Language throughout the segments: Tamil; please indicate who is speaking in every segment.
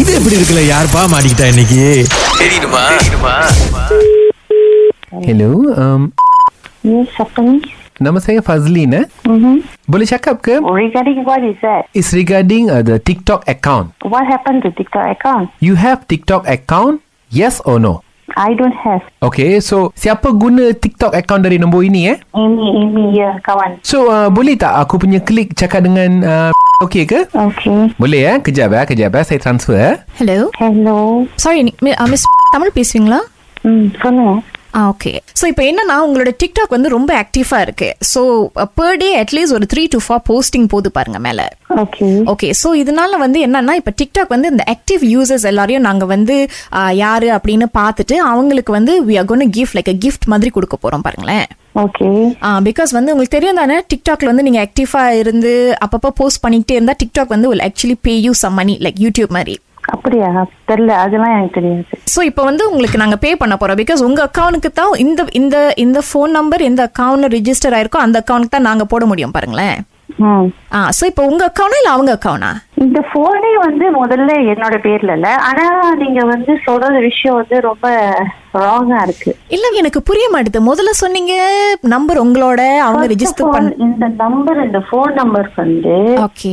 Speaker 1: இது எப்படி இருக்குல்ல யார்ப்பா மாட்டிக்கிட்டா இன்னைக்கு
Speaker 2: தெரியுமா
Speaker 3: hello um,
Speaker 4: Yes, afternoon.
Speaker 3: namanya saya Fazlina
Speaker 4: Mm-hmm.
Speaker 3: boleh cakap ke
Speaker 4: Regarding what is that?
Speaker 3: it's regarding uh, the TikTok account
Speaker 4: What happened to TikTok account?
Speaker 3: you have TikTok account yes or no
Speaker 4: I don't have.
Speaker 3: Okay, so siapa guna TikTok account dari nombor ini eh?
Speaker 4: Amy, Amy, yeah, kawan.
Speaker 3: So, uh, boleh tak aku punya klik cakap dengan uh, okay ke?
Speaker 4: Okay.
Speaker 3: Boleh eh? Kejap eh, kejap eh. Saya transfer eh.
Speaker 5: Hello
Speaker 4: Hello.
Speaker 5: Sorry miss Tamil பேசுவீங்களா
Speaker 4: Mm, சொல்லுங்க.
Speaker 5: ஆ ஓகே ஸோ இப்போ என்னன்னா உங்களோட டிக்டாக் வந்து ரொம்ப ஆக்டிவாக இருக்கு ஸோ பெர் டே அட்லீஸ்ட் ஒரு த்ரீ டு ஃபோர் போஸ்டிங் போது பாருங்க மேலே
Speaker 4: Okay.
Speaker 5: ஓகே ஸோ இதனால வந்து என்னன்னா இப்போ டிக்டாக் வந்து இந்த ஆக்டிவ் யூசர்ஸ் எல்லாரையும் நாங்கள் வந்து ஆ, யாரு அப்படின்னு பார்த்துட்டு அவங்களுக்கு வந்து we are going gift like gift மாதிரி கொடுக்க போகிறோம் பாருங்களேன்
Speaker 4: Okay.
Speaker 5: பிகாஸ் வந்து உங்களுக்கு தெரியும் தானே டிக்டாக்ல வந்து நீங்கள் ஆக்டிவாக இருந்து அப்பப்போ போஸ்ட் பண்ணிக்கிட்டே இருந்தால் டிக்டாக் வந்து will actually pay you some money like YouTube மாதிரி
Speaker 4: அப்படியா தெரியல அதெல்லாம் எனக்கு தெரியாது
Speaker 5: ஸோ இப்போ வந்து உங்களுக்கு நாங்கள் பே பண்ண போகிறோம் பிகாஸ் உங்கள் அக்கௌண்ட்டுக்கு தான் இந்த இந்த இந்த ஃபோன் நம்பர் எந்த அக்கௌண்ட்டில் ரிஜிஸ்டர் ஆயிருக்கோ அந்த அக்கௌண்ட்டுக்கு தான் நாங்கள் போட முடியும் பாருங்களேன்
Speaker 4: ம்
Speaker 5: ஆ ஸோ இப்போ உங்கள் அக்கௌண்டா இல்லை அவங்க அக்கௌண்டா
Speaker 4: இந்த போனே வந்து முதல்ல என்னோட பேர்ல இல்ல ஆனா நீங்க வந்து சொல்ற விஷயம் வந்து ரொம்ப ராங்கா இருக்கு
Speaker 5: இல்லை எனக்கு புரிய மாட்டுது முதல்ல சொன்னீங்க நம்பர் உங்களோட அவங்க
Speaker 4: First of
Speaker 5: ரிஜிஸ்டர்
Speaker 4: all,
Speaker 5: பண்ண
Speaker 4: இந்த நம்பர் இந்த போன் நம்பர் வந்து
Speaker 5: ஓகே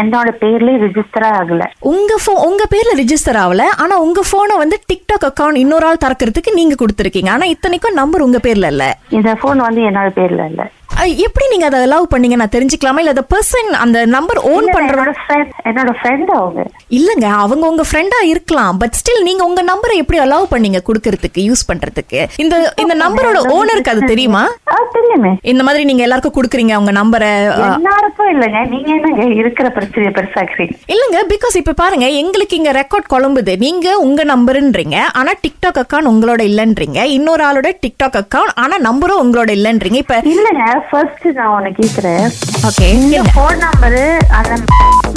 Speaker 4: என்னோட பேர்ல ரெஜிஸ்டர் ஆகல
Speaker 5: உங்க ஃபோ உங்க பேர்ல ரிஜிஸ்டர் ஆகல ஆனா உங்க போனை வந்து டிக்டாக் அக்கௌண்ட் இன்னொரு ஆள் திறக்கிறதுக்கு நீங்க கொடுத்துருக்கீங்க ஆனா இத்தனைக்கும் நம்பர் உங்க பேர்ல இல்ல
Speaker 4: இந்த போன் வந்து என்னோட பேர்ல இல்ல
Speaker 5: அஹ், எப்படி நீங்க அதை அலோவ் பண்ணீங்க நான் தெரிஞ்சுக்கலாமா இல்ல அந்த பர்சன் அந்த நம்பர் ஓன்
Speaker 4: இல்ல,
Speaker 5: பண்ற
Speaker 4: என்னோட friend- என்னோட ஃப்ரெண்ட் அவங்க
Speaker 5: இல்லங்க அவங்க உங்க ஃப்ரெண்டா இருக்கலாம் பட் ஸ்டில் நீங்க உங்க நம்பரை எப்படி அலோவ் பண்ணீங்க குடுக்கறதுக்கு யூஸ் பண்றதுக்கு இந்த இந்த நம்பரோட ஓனருக்கு அது தெரியுமா
Speaker 4: ஆ, Oh, தெரியுமே
Speaker 5: இந்த மாதிரி நீங்க எல்லாருக்கும் குடுக்குறீங்க உங்க நம்பரை அஹ்,
Speaker 4: எல்லாருக்கும் இல்லைங்க நீங்க என்னங்க இருக்கிற பிரச்சனையை பெருசாக்குறீங்க
Speaker 5: இல்லங்க பிகாஸ் இப்ப பாருங்க எங்களுக்கு இங்க ரெக்கார்ட் குழம்புது நீங்க உங்க நம்பருன்றீங்க ஆனா டிக்டாக் அக்கௌண்ட் உங்களோட இல்லன்றீங்க இன்னொரு ஆளோட டிக்டாக் அக்கௌண்ட் ஆனா நம்பரும் உங்களோட இல்லன்றீங்க இப்ப
Speaker 4: இல்லங்க ஃபர்ஸ்ட் நான் உன்னை கேக்குறேன்
Speaker 5: ஓகே
Speaker 4: இந்த போன் நம்பரு அந்த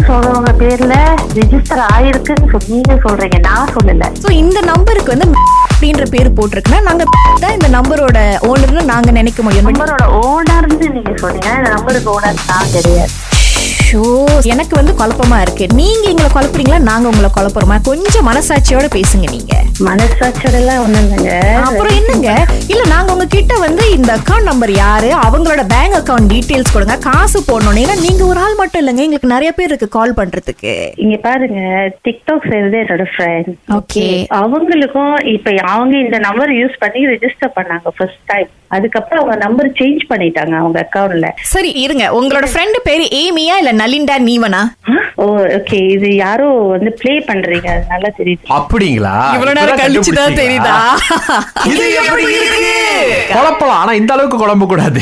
Speaker 4: சொல்றவங்க பேர்ல ரெஜிஸ்டர் ஆயிருக்குன்னு சொல்~ நீங்க சொல்றீங்க நான் சொல்லல
Speaker 5: சோ இந்த நம்பருக்கு வந்து அப்படின்ற பேர் போட்டிருக்குன்னா நாங்க தான் இந்த நம்பரோட ஓனர்னு நாங்க நினைக்க முடியும் But
Speaker 4: நம்பரோட ஓனர்னு நீங்க சொன்னீங்க இந்த நம்பருக்கு ஓனர் நான் கிடையாது
Speaker 5: ஷோ எனக்கு வந்து குழப்பமா இருக்கு நீங்க எங்களை குழப்புறீங்களா நாங்க உங்களை குழப்புறோமா கொஞ்சம் மனசாட்சியோட பேசுங்க நீங்க
Speaker 4: மனசாட்சியோட எல்லாம் ஒண்ணு இல்லைங்க
Speaker 5: அப்புறம் என்னங்க இல்ல நாங்க உங்ககிட்ட வந்து இந்த அக்கௌண்ட் நம்பர் யாரு அவங்களோட பேங்க் அக்கவுண்ட் டீடைல்ஸ் கொடுங்க காசு போடணும் ஏன்னா நீங்க ஒரு ஆள் மட்டும் இல்லைங்க எங்களுக்கு நிறைய பேர் இருக்கு கால் பண்றதுக்கு
Speaker 4: இங்க பாருங்க டிக்டாக் செய்யறது என்னோட ஃப்ரெண்ட்
Speaker 5: Okay.
Speaker 4: அவங்களுக்கும் இப்ப அவங்க இந்த நம்பர் யூஸ் பண்ணி ரெஜிஸ்டர் பண்ணாங்க ஃபர்ஸ்ட் டைம் அதுக்கப்புறம் அவங்க நம்பர் சேஞ்ச் பண்ணிட்டாங்க அவங்க அக்கவுண்ட்ல
Speaker 5: சரி இருங்க உங்களோட ஃப்ரெண்டு பேரு ஏமியா இல்ல நலிண்டா நீவனா
Speaker 4: ஓ ஓகே இது யாரோ வந்து ப்ளே பண்றீங்க அதனால தெரியுது
Speaker 3: அப்படிங்களா
Speaker 5: இவ்வளவு நேரம்
Speaker 3: இப்பதான்
Speaker 5: கழிச்சுதான்
Speaker 3: கண்டுபிடிச்சீங்களா?
Speaker 5: தெரியுதா
Speaker 3: இது எப்படி இருக்கு குழப்பலாம் ஆனா இந்த அளவுக்கு குழம்ப கூடாது